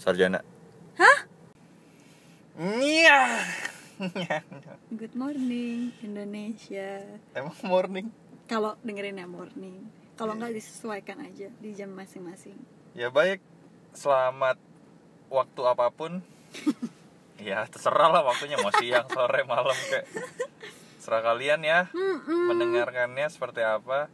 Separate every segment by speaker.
Speaker 1: sarjana
Speaker 2: Hah?
Speaker 3: Iya.
Speaker 2: Good morning Indonesia.
Speaker 3: Emang morning?
Speaker 2: Kalau dengerin yang morning, kalau nggak disesuaikan aja di jam masing-masing.
Speaker 3: Ya baik. Selamat waktu apapun. ya terserah lah waktunya mau siang, sore, malam kayak serah kalian ya mendengarkannya seperti apa.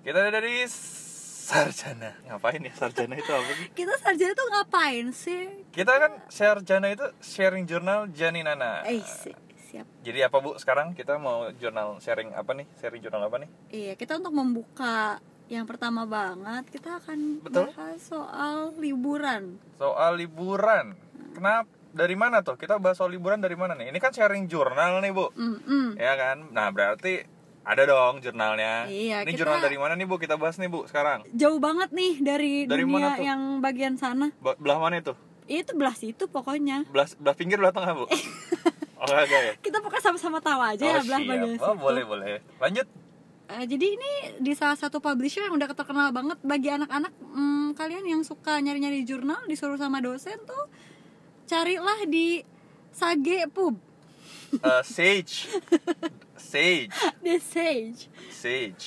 Speaker 3: Kita dari sarjana. Ngapain ya sarjana itu apa sih?
Speaker 2: Kita sarjana tuh ngapain sih?
Speaker 3: Kita kan sarjana itu sharing jurnal Janinana.
Speaker 2: Eh, si- siap.
Speaker 3: Jadi apa Bu sekarang kita mau jurnal sharing apa nih? Sharing jurnal apa nih?
Speaker 2: Iya, kita untuk membuka yang pertama banget kita akan
Speaker 3: Betul.
Speaker 2: bahas soal liburan.
Speaker 3: Soal liburan. Kenapa? Dari mana tuh? Kita bahas soal liburan dari mana nih? Ini kan sharing jurnal nih, Bu.
Speaker 2: Mm-mm.
Speaker 3: Ya kan? Nah, berarti ada dong jurnalnya.
Speaker 2: Iya,
Speaker 3: Ini
Speaker 2: kita-
Speaker 3: jurnal dari mana nih, Bu? Kita bahas nih, Bu, sekarang.
Speaker 2: Jauh banget nih dari,
Speaker 3: Dari
Speaker 2: dunia
Speaker 3: mana tuh?
Speaker 2: yang bagian sana.
Speaker 3: Be- belah mana itu?
Speaker 2: Itu belah situ pokoknya.
Speaker 3: Belah belah pinggir belah tengah, Bu? Oh, enggak ya.
Speaker 2: Kita pokoknya sama-sama tahu aja ya
Speaker 3: Oh,
Speaker 2: belah
Speaker 3: siap.
Speaker 2: bagian
Speaker 3: Oh,
Speaker 2: situ.
Speaker 3: boleh, boleh. Lanjut.
Speaker 2: Eh, jadi ini di salah satu publisher yang udah terkenal banget bagi anak-anak hmm, kalian yang suka nyari-nyari jurnal disuruh sama dosen tuh carilah di Sage Pub,
Speaker 3: Eh, sage. Sage.
Speaker 2: di Ah, Sage.
Speaker 3: Sage.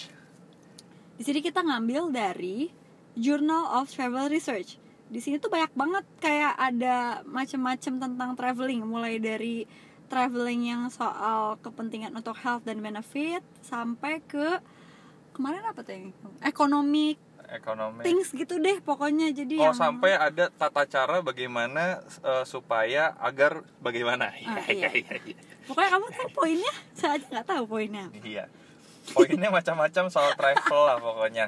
Speaker 2: Di sini kita ngambil dari Journal of Travel Research. Di sini tuh banyak banget kayak ada macem-macem tentang traveling, mulai dari traveling yang soal kepentingan untuk health dan benefit sampai ke kemarin apa tuh yang economic
Speaker 3: Ekonomi.
Speaker 2: things gitu deh pokoknya jadi
Speaker 3: Oh
Speaker 2: yang-
Speaker 3: sampai ada tata cara bagaimana eh, supaya agar bagaimana?
Speaker 2: Ah, iya. pokoknya kamu tahu poinnya saya aja nggak tahu poinnya
Speaker 3: Iya. Poinnya macam-macam soal travel lah pokoknya.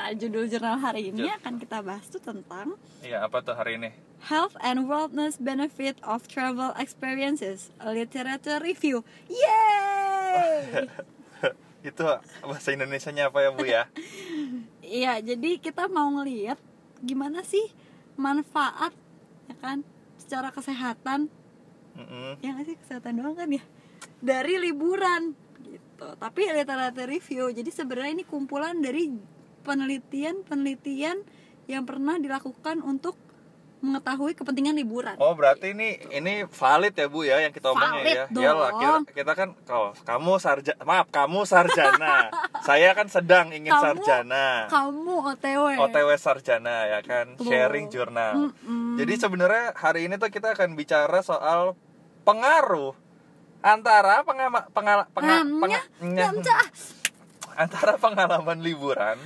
Speaker 2: nah judul jurnal hari ini akan kita bahas tuh tentang
Speaker 3: Iya apa tuh hari ini?
Speaker 2: Health and Wellness Benefit of Travel Experiences a Literature Review Yeay
Speaker 3: Itu bahasa Indonesianya apa ya bu ya?
Speaker 2: Iya jadi kita mau ngeliat gimana sih manfaat ya kan secara kesehatan
Speaker 3: Mm-mm.
Speaker 2: ya nggak sih kesehatan doang kan ya dari liburan gitu tapi literature review jadi sebenarnya ini kumpulan dari penelitian penelitian yang pernah dilakukan untuk mengetahui kepentingan liburan
Speaker 3: Oh berarti ini ini valid ya bu ya yang kita omongin ya?
Speaker 2: Valid dong.
Speaker 3: Iyalah kita, kita kan oh, kamu sarja maaf kamu sarjana, saya kan sedang ingin
Speaker 2: Kamu-
Speaker 3: sarjana.
Speaker 2: kamu otw
Speaker 3: OTW sarjana ya kan
Speaker 2: Betul.
Speaker 3: sharing jurnal.
Speaker 2: Mm-mm.
Speaker 3: Jadi sebenarnya hari ini tuh kita akan bicara soal pengaruh antara pengama, pengal, penga-
Speaker 2: Ngamnya,
Speaker 3: penga- nyam-
Speaker 2: ngamca.
Speaker 3: antara pengalaman liburan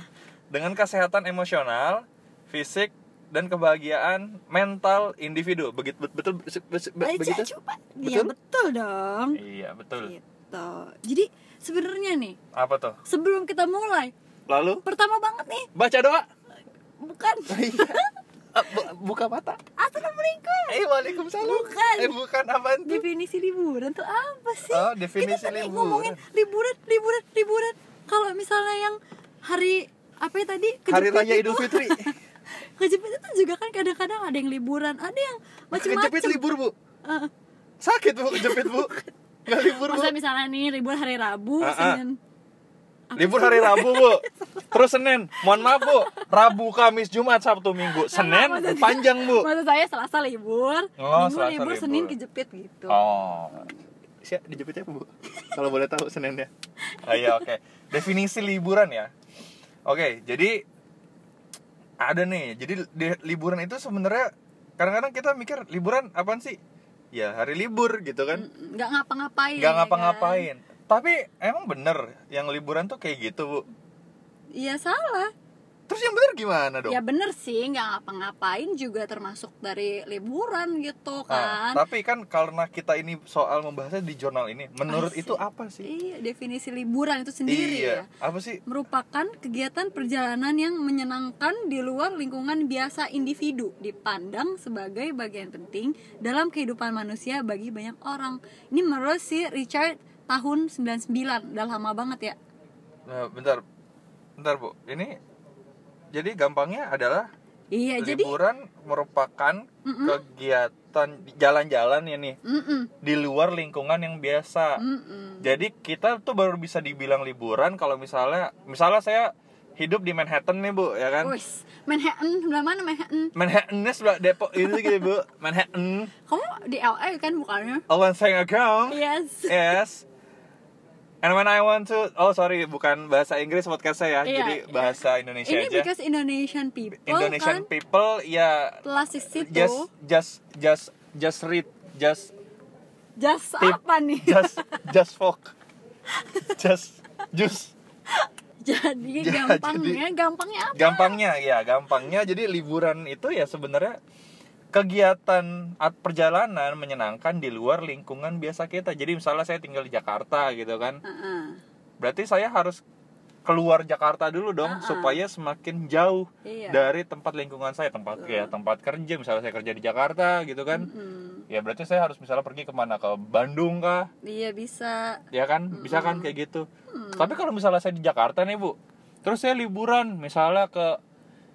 Speaker 3: dengan kesehatan emosional, fisik dan kebahagiaan mental individu. Begitu betul betul- betul-
Speaker 2: Ayo,
Speaker 3: begitu?
Speaker 2: coba ya
Speaker 3: Betul?
Speaker 2: betul dong
Speaker 3: Iya, betul.
Speaker 2: gitu jadi sebenarnya nih
Speaker 3: Apa tuh?
Speaker 2: sebelum kita mulai
Speaker 3: Lalu
Speaker 2: pertama banget nih
Speaker 3: baca doa.
Speaker 2: bukan
Speaker 3: Eh, bu- Buka mata.
Speaker 2: assalamualaikum
Speaker 3: Eh, waalaikumsalam.
Speaker 2: Bukan.
Speaker 3: Eh, bukan apaan tuh?
Speaker 2: definisi liburan tuh apa sih?
Speaker 3: Oh, definisi
Speaker 2: Kita tadi
Speaker 3: liburan.
Speaker 2: ngomongin liburan, liburan, liburan. Kalau misalnya yang hari apa ya tadi?
Speaker 3: Hari
Speaker 2: Kejepit
Speaker 3: Raya
Speaker 2: itu-
Speaker 3: Idul Fitri.
Speaker 2: Kejepit itu juga kan kadang-kadang ada yang liburan, ada yang Eh,
Speaker 3: Kejepit
Speaker 2: macam-macam.
Speaker 3: libur, Bu. Sakit, Bu, kejepit, Bu. Nggak libur, Bu.
Speaker 2: Masa misalnya nih libur hari Rabu,
Speaker 3: Ah, ah.
Speaker 2: Senin.
Speaker 3: Libur hari Rabu, Bu. Terus Senin. Mohon maaf, Bu. Rabu, Kamis, Jumat, Sabtu, Minggu. Senin
Speaker 2: maksudnya-
Speaker 3: panjang, Bu.
Speaker 2: Maksud saya Selasa libur,
Speaker 3: Oh,
Speaker 2: Minggu
Speaker 3: Selasa
Speaker 2: libur,
Speaker 3: libur.
Speaker 2: Senin kejepit gitu.
Speaker 3: Oh. Siap dijepitnya apa, Bu? Kalau boleh tahu Seninnya. Oh, iya, oke. Definisi liburan ya. Oke, jadi ada nih. Jadi di- liburan itu sebenarnya kadang-kadang kita mikir liburan apaan sih? Ya, hari libur gitu kan.
Speaker 2: Nggak ngapa-ngapain.
Speaker 3: nggak
Speaker 2: ya kan?
Speaker 3: ngapa-ngapain tapi emang bener yang liburan tuh kayak gitu bu
Speaker 2: Iya salah.
Speaker 3: Terus yang benar gimana dong?
Speaker 2: Ya bener sih, nggak ngapa-ngapain juga termasuk dari liburan gitu
Speaker 3: Nah,
Speaker 2: kan.
Speaker 3: tapi kan karena kita ini soal membahasnya di jurnal ini, menurut
Speaker 2: Asik.
Speaker 3: itu apa sih?
Speaker 2: Iya, definisi liburan itu Ah, sendiri
Speaker 3: iya.
Speaker 2: ya.
Speaker 3: Apa sih?
Speaker 2: Merupakan kegiatan perjalanan yang menyenangkan di luar lingkungan biasa individu dipandang sebagai bagian penting dalam kehidupan manusia bagi banyak orang. Ini menurut si Richard tahun 99, udah lama banget ya.
Speaker 3: Nah, bentar. Bentar, Bu. Ini jadi gampangnya adalah
Speaker 2: Iya, jadi
Speaker 3: liburan merupakan
Speaker 2: Mm-mm.
Speaker 3: kegiatan jalan-jalan ya nih
Speaker 2: Mm-mm,
Speaker 3: di luar lingkungan yang biasa.
Speaker 2: mm-mm.
Speaker 3: Jadi kita tuh baru bisa dibilang liburan kalau misalnya misalnya saya hidup di Manhattan nih, Bu, ya kan?
Speaker 2: Wis, Manhattan, sebelah mana Manhattan?
Speaker 3: Manhattan sebelah Depok itu gitu, Bu. Manhattan.
Speaker 2: Kamu di LA kan bukannya?
Speaker 3: Oh, one thing account.
Speaker 2: Yes.
Speaker 3: Yes. And when I want to, oh sorry, bukan bahasa Inggris podcast saya,
Speaker 2: Iya,
Speaker 3: jadi
Speaker 2: iya.
Speaker 3: bahasa Indonesia
Speaker 2: Ini
Speaker 3: aja.
Speaker 2: because Indonesian people
Speaker 3: Indonesian
Speaker 2: kan
Speaker 3: people, ya
Speaker 2: plastik
Speaker 3: just
Speaker 2: situ just,
Speaker 3: just just just read, just tip-
Speaker 2: apa nih?
Speaker 3: just just fuck, just just
Speaker 2: jadi
Speaker 3: jadi-
Speaker 2: gampangnya, gampangnya apa?
Speaker 3: gampangnya ya gampangnya jadi liburan itu ya sebenarnya kegiatan at- perjalanan menyenangkan di luar lingkungan biasa kita jadi misalnya saya tinggal di Jakarta gitu kan
Speaker 2: Heeh.
Speaker 3: berarti saya harus keluar Jakarta dulu dong
Speaker 2: Ah, ah.
Speaker 3: supaya semakin jauh
Speaker 2: Iya.
Speaker 3: dari tempat lingkungan saya tempat ya tempat kerja misalnya saya kerja di Jakarta gitu kan
Speaker 2: Mm-mm.
Speaker 3: ya berarti saya harus misalnya pergi kemana ke Bandung kah
Speaker 2: Iya bisa.
Speaker 3: ya kan bisa kan kayak gitu tapi kalau misalnya saya di Jakarta nih bu terus saya liburan misalnya ke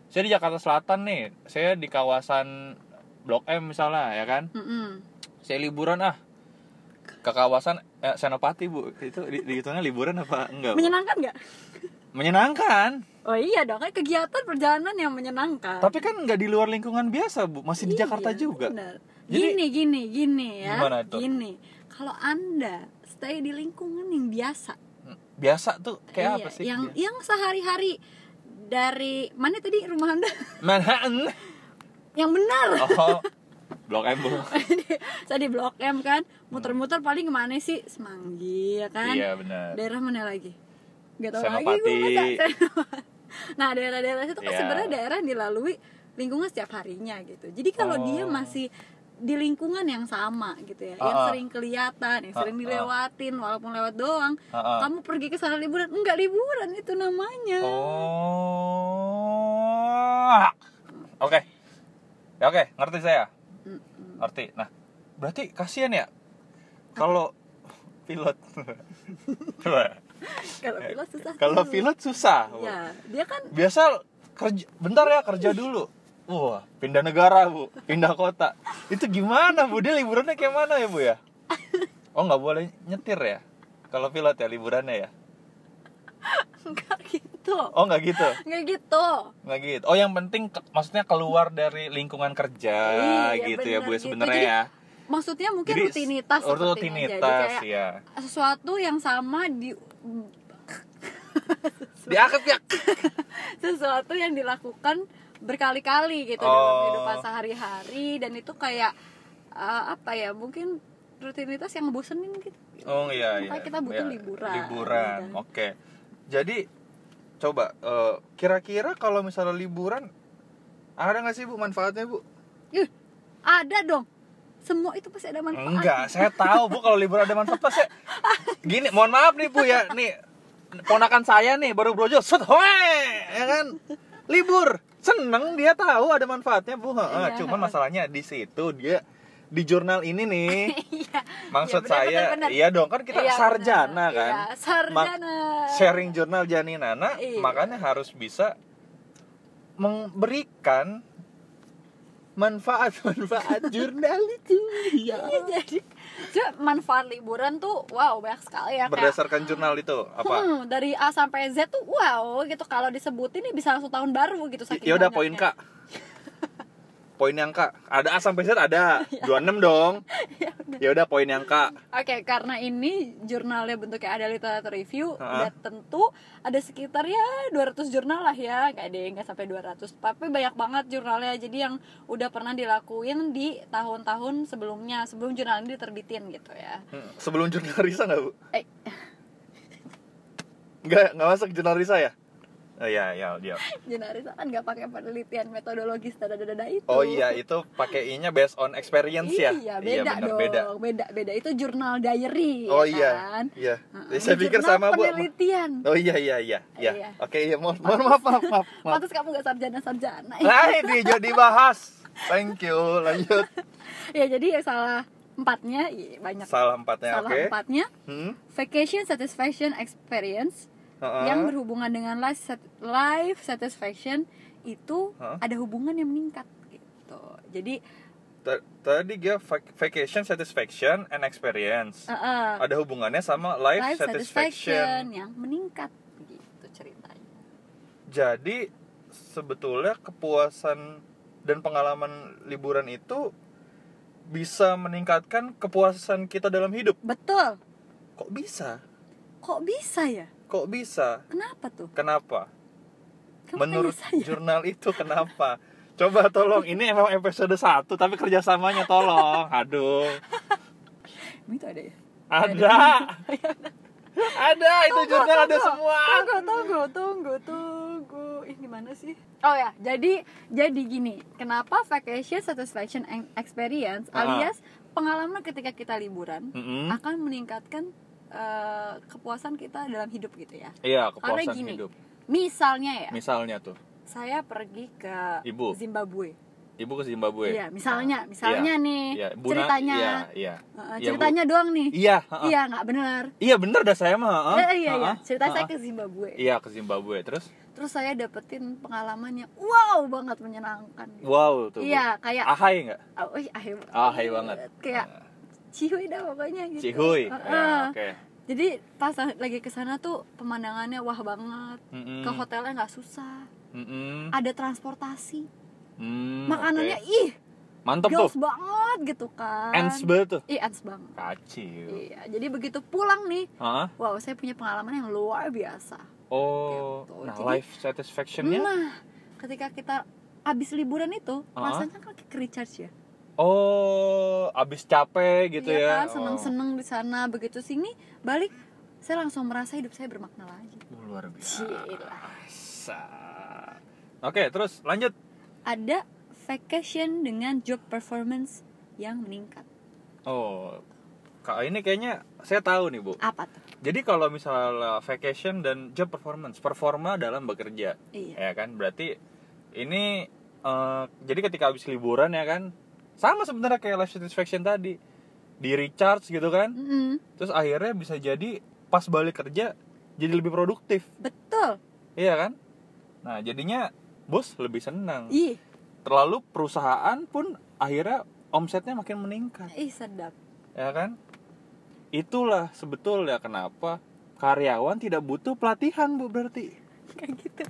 Speaker 3: saya di Jakarta Selatan nih saya di kawasan Blok M misalnya ya kan
Speaker 2: Mm-mm.
Speaker 3: saya liburan ah ke kawasan eh, Senopati bu itu di- dihitungnya liburan apa enggak Bu?
Speaker 2: Menyenangkan nggak?
Speaker 3: menyenangkan
Speaker 2: Oh iya dong, kan kegiatan perjalanan yang menyenangkan.
Speaker 3: tapi kan nggak di luar lingkungan biasa bu masih di
Speaker 2: Iya,
Speaker 3: Jakarta juga
Speaker 2: benar.
Speaker 3: Jadi-
Speaker 2: gini, gini, gini ya.
Speaker 3: Gimana itu?
Speaker 2: Gini. Kalau Anda stay di lingkungan yang biasa.
Speaker 3: Hmm. biasa tuh kayak
Speaker 2: Iya,
Speaker 3: apa sih
Speaker 2: Yang yang sehari-hari dari mana tadi rumah Anda?
Speaker 3: Manhattan
Speaker 2: yang benar.
Speaker 3: oh blok M bu
Speaker 2: saya di Blok M kan muter-muter paling kemana sih Semanggi ya kan
Speaker 3: iya benar
Speaker 2: daerah mana lagi nggak tahu lagi
Speaker 3: Senopati.
Speaker 2: gue masa Senopati. nah daerah-daerah itu kan
Speaker 3: Iya.
Speaker 2: sebenarnya daerah yang dilalui lingkungan setiap harinya gitu jadi kalau
Speaker 3: Oh.
Speaker 2: dia masih di lingkungan yang sama gitu ya yang
Speaker 3: Ah, ah.
Speaker 2: sering kelihatan yang
Speaker 3: Ah,
Speaker 2: sering
Speaker 3: ah.
Speaker 2: dilewatin walaupun lewat doang
Speaker 3: Ah, ah.
Speaker 2: kamu pergi ke sana liburan enggak liburan itu namanya
Speaker 3: oh oke Ya, oke ngerti saya
Speaker 2: Mm-mm.
Speaker 3: ngerti nah berarti kasihan ya kalau pilot
Speaker 2: kalau pilot susah
Speaker 3: Eh, kalau
Speaker 2: dulu.
Speaker 3: pilot susah Bu.
Speaker 2: ya dia kan
Speaker 3: biasa kerja bentar ya kerja dulu wah pindah negara bu pindah kota itu gimana bu dia liburannya kayak mana ya bu ya oh nggak boleh nyetir ya kalau pilot ya liburannya ya
Speaker 2: enggak gitu
Speaker 3: oh nggak gitu
Speaker 2: enggak gitu
Speaker 3: nggak gitu oh yang penting ke- maksudnya keluar dari lingkungan kerja
Speaker 2: Iya,
Speaker 3: gitu ya
Speaker 2: bener
Speaker 3: bu ya,
Speaker 2: gitu.
Speaker 3: sebenarnya
Speaker 2: Jadi,
Speaker 3: ya
Speaker 2: maksudnya mungkin
Speaker 3: Jadi,
Speaker 2: rutinitas
Speaker 3: oh,
Speaker 2: sepertinya.
Speaker 3: rutinitas
Speaker 2: Jadi kayak
Speaker 3: ya
Speaker 2: sesuatu yang sama di
Speaker 3: diangkat ya
Speaker 2: sesuatu yang dilakukan berkali-kali gitu
Speaker 3: Oh.
Speaker 2: dalam kehidupan sehari-hari dan itu kayak eh, apa ya mungkin rutinitas yang ngebosenin gitu
Speaker 3: oh iya iya
Speaker 2: Makanya kita
Speaker 3: Ya,
Speaker 2: butuh liburan.
Speaker 3: liburan
Speaker 2: Iya.
Speaker 3: oke jadi coba eh, kira-kira kalau misalnya liburan ada nggak sih bu manfaatnya bu
Speaker 2: Ih, ada dong semua itu pasti ada manfaat
Speaker 3: Enggak, kan? saya tahu Bu kalau liburan ada manfaat Pak, saya gini, mohon maaf nih Bu ya, nih ponakan saya nih baru brojo, set hoe, ya kan? Libur, seneng dia tahu ada manfaatnya Bu. Heeh,
Speaker 2: Iya.
Speaker 3: cuman masalahnya di situ dia di jurnal ini nih,
Speaker 2: Iya,
Speaker 3: maksud
Speaker 2: iya, benar,
Speaker 3: saya,
Speaker 2: benar, benar.
Speaker 3: iya dong kan kita
Speaker 2: Iya,
Speaker 3: sarjana
Speaker 2: benar.
Speaker 3: kan,
Speaker 2: Iya, sarjana
Speaker 3: sharing jurnal Janinana,
Speaker 2: Iya.
Speaker 3: makanya harus bisa memberikan manfaat-manfaat jurnal itu. Iya.
Speaker 2: Iya, jadi jadi manfaat liburan tuh wow banyak sekali ya kayak
Speaker 3: berdasarkan jurnal itu apa?
Speaker 2: Hmm, dari A sampai Z tuh wow gitu kalau disebutin nih bisa langsung tahun baru gitu saking
Speaker 3: Ya udah poin
Speaker 2: banyaknya.
Speaker 3: Kak. Poin yang Kak. Ada A sampai Z ada.
Speaker 2: Iya.
Speaker 3: 26 dong. Ya udah poin yang Kak.
Speaker 2: Oke, karena ini jurnalnya bentuknya ada literatur review
Speaker 3: Ha-ha.
Speaker 2: udah tentu ada sekitar ya 200 jurnal lah ya. Enggak deh, enggak sampai 200. Tapi banyak banget jurnalnya. Jadi yang udah pernah dilakuin di tahun-tahun sebelumnya, sebelum jurnal ini diterbitin gitu ya.
Speaker 3: Hmm, Sebelum jurnal Risa nggak Bu?
Speaker 2: Eh,
Speaker 3: Nggak, nggak masuk jurnal Risa ya? Oh iya, iya, dia.
Speaker 2: Jurnalis kan nggak pakai penelitian metodologis dada-dada itu.
Speaker 3: Oh iya, itu pakai I-nya based on experience ya.
Speaker 2: Iya, beda
Speaker 3: bener,
Speaker 2: dong.
Speaker 3: beda.
Speaker 2: Beda. beda, itu jurnal diary.
Speaker 3: Oh
Speaker 2: ya
Speaker 3: iya.
Speaker 2: kan?
Speaker 3: Iya.
Speaker 2: Heeh,
Speaker 3: Saya
Speaker 2: ini
Speaker 3: pikir
Speaker 2: jurnal
Speaker 3: sama, Bu.
Speaker 2: Penelitian.
Speaker 3: Oh iya, iya, iya. iya.
Speaker 2: Iya.
Speaker 3: Oke, iya, mohon, mohon maaf, maaf, maaf. maaf.
Speaker 2: Pantes kamu nggak sarjana-sarjana. ya.
Speaker 3: Nah, ini jadi bahas. Thank you. Lanjut.
Speaker 2: ya jadi ya salah empatnya iya, banyak.
Speaker 3: Salah empatnya,
Speaker 2: salah
Speaker 3: oke.
Speaker 2: empatnya
Speaker 3: Hmm?
Speaker 2: vacation satisfaction experience
Speaker 3: Heeh.
Speaker 2: yang berhubungan dengan life, sat- life satisfaction itu
Speaker 3: Heeh.
Speaker 2: ada hubungan yang meningkat gitu. Jadi
Speaker 3: Ta- Tadi dia vac- vacation satisfaction and experience.
Speaker 2: eh, eh,
Speaker 3: Ada hubungannya sama life,
Speaker 2: life
Speaker 3: satisfaction.
Speaker 2: satisfaction yang meningkat gitu ceritanya.
Speaker 3: Jadi sebetulnya kepuasan dan pengalaman liburan itu bisa meningkatkan kepuasan kita dalam hidup.
Speaker 2: Betul.
Speaker 3: Kok bisa?
Speaker 2: Kok bisa ya?
Speaker 3: Kok bisa?
Speaker 2: Kenapa tuh? ya?
Speaker 3: Kenapa?
Speaker 2: Kamu
Speaker 3: Menurut
Speaker 2: tanya saya.
Speaker 3: jurnal itu kenapa? Coba tolong, ini emang episode 1 tapi kerjasamanya tolong. Aduh,
Speaker 2: Emang itu ada ya?
Speaker 3: ada. ada, itu
Speaker 2: Tunggu,
Speaker 3: jurnal ada
Speaker 2: tunggu.
Speaker 3: semua.
Speaker 2: Tunggu, tunggu, tunggu, tunggu. Ih, gimana sih? Oh ya, jadi jadi gini. Kenapa vacation satisfaction and experience
Speaker 3: Ah. Hmm.
Speaker 2: alias pengalaman ketika kita liburan
Speaker 3: Mm-mm.
Speaker 2: akan meningkatkan eh, kepuasan kita dalam hidup gitu ya.
Speaker 3: Iya,
Speaker 2: Karena
Speaker 3: kepuasan
Speaker 2: gini.
Speaker 3: hidup.
Speaker 2: Misalnya ya,
Speaker 3: Misalnya tuh,
Speaker 2: saya pergi ke
Speaker 3: Ibu.
Speaker 2: Zimbabwe.
Speaker 3: ibu ke Zimbabwe.
Speaker 2: Iya, misalnya, misalnya nih
Speaker 3: Iya, Bu Na-
Speaker 2: ceritanya
Speaker 3: Iya, iya. Iya,
Speaker 2: eh,
Speaker 3: Bu.
Speaker 2: ceritanya doang nih.
Speaker 3: Iya, ha-ha.
Speaker 2: Iya, nggak benar.
Speaker 3: Iya, bener dah saya mah. ha-ha.
Speaker 2: Eh, iya, iya.
Speaker 3: Ha-ha.
Speaker 2: Cerita saya
Speaker 3: Ha-ha.
Speaker 2: ke Zimbabwe.
Speaker 3: Iya, ke Zimbabwe. Terus,
Speaker 2: terus saya dapetin pengalaman yang wow banget menyenangkan
Speaker 3: wow tuh. Bu.
Speaker 2: iya kayak
Speaker 3: Ahai nggak?
Speaker 2: ah, wih, ahai banget.
Speaker 3: Ahai banget.
Speaker 2: kayak cihuy dah pokoknya gitu
Speaker 3: Cihuy.
Speaker 2: Heeh.
Speaker 3: Ya, Oke.
Speaker 2: jadi pas lagi ke sana tuh pemandangannya wah banget
Speaker 3: Mm-mm.
Speaker 2: ke hotelnya nggak susah
Speaker 3: Mm-mm.
Speaker 2: ada transportasi
Speaker 3: Hmm,
Speaker 2: makanannya
Speaker 3: oke.
Speaker 2: ih
Speaker 3: mantep tuh.
Speaker 2: girls banget gitu kan
Speaker 3: Ends banget tuh.
Speaker 2: ih ants banget
Speaker 3: Kacil.
Speaker 2: iya jadi begitu pulang nih
Speaker 3: Hah?
Speaker 2: wow saya punya pengalaman yang luar biasa
Speaker 3: Oh,
Speaker 2: Gitu.
Speaker 3: nah
Speaker 2: Jadi-
Speaker 3: life satisfaction-nya?
Speaker 2: nah ketika kita abis liburan itu
Speaker 3: Ah.
Speaker 2: rasanya kan kayak recharge ya
Speaker 3: Oh, abis capek gitu
Speaker 2: Iya
Speaker 3: ya.
Speaker 2: kan, seneng-seneng di sana begitu sini balik saya langsung merasa hidup saya bermakna lagi.
Speaker 3: Oh, luar biasa.
Speaker 2: Gila.
Speaker 3: Oke, terus lanjut.
Speaker 2: Ada vacation dengan job performance yang meningkat.
Speaker 3: Oh, Kak, ini kayaknya saya tahu nih, Bu.
Speaker 2: Apa tuh?
Speaker 3: Jadi kalau misalnya vacation dan job performance, performa dalam bekerja,
Speaker 2: Iya.
Speaker 3: ya kan? Berarti ini eh, jadi ketika habis liburan ya kan, sama sebenarnya kayak life satisfaction tadi, di recharge gitu kan.
Speaker 2: Mm-mm,
Speaker 3: Terus akhirnya bisa jadi pas balik kerja jadi lebih produktif,
Speaker 2: betul.
Speaker 3: iya kan? Nah jadinya bos lebih senang.
Speaker 2: Ih,
Speaker 3: Terlalu perusahaan pun akhirnya omsetnya makin meningkat.
Speaker 2: ih sedap.
Speaker 3: ya kan? Itulah sebetulnya kenapa karyawan tidak butuh pelatihan bu berarti.
Speaker 2: Kayak gitu.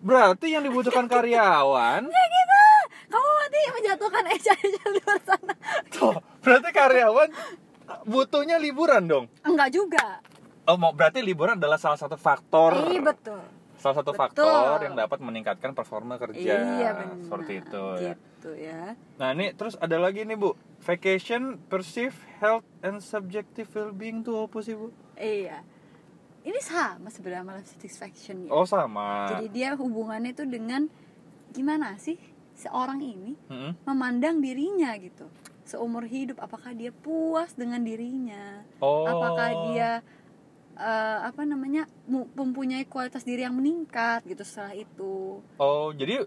Speaker 3: Berarti yang dibutuhkan karyawan,
Speaker 2: Kayak gitu. Kamu nanti menjatuhkan HR di luar sana.
Speaker 3: Tuh, berarti karyawan butuhnya liburan dong.
Speaker 2: Enggak juga.
Speaker 3: Oh, mau berarti liburan adalah salah satu faktor,
Speaker 2: Iya betul.
Speaker 3: salah satu
Speaker 2: betul.
Speaker 3: faktor yang dapat meningkatkan performa kerja,
Speaker 2: Iya benar.
Speaker 3: seperti itu. ya.
Speaker 2: Gitu ya.
Speaker 3: Nah ini terus ada lagi nih bu, vacation, perceived health and subjective well-being tuh apa sih bu?
Speaker 2: Iya. Ini sama sebenarnya sama life satisfaction ya.
Speaker 3: Oh sama.
Speaker 2: Jadi dia hubungannya itu dengan gimana sih seorang ini
Speaker 3: Mm-mm.
Speaker 2: memandang dirinya gitu. Seumur hidup apakah dia puas dengan dirinya?
Speaker 3: Oh.
Speaker 2: Apakah dia eh, apa namanya mu- mempunyai kualitas diri yang meningkat gitu setelah itu?
Speaker 3: Oh, jadi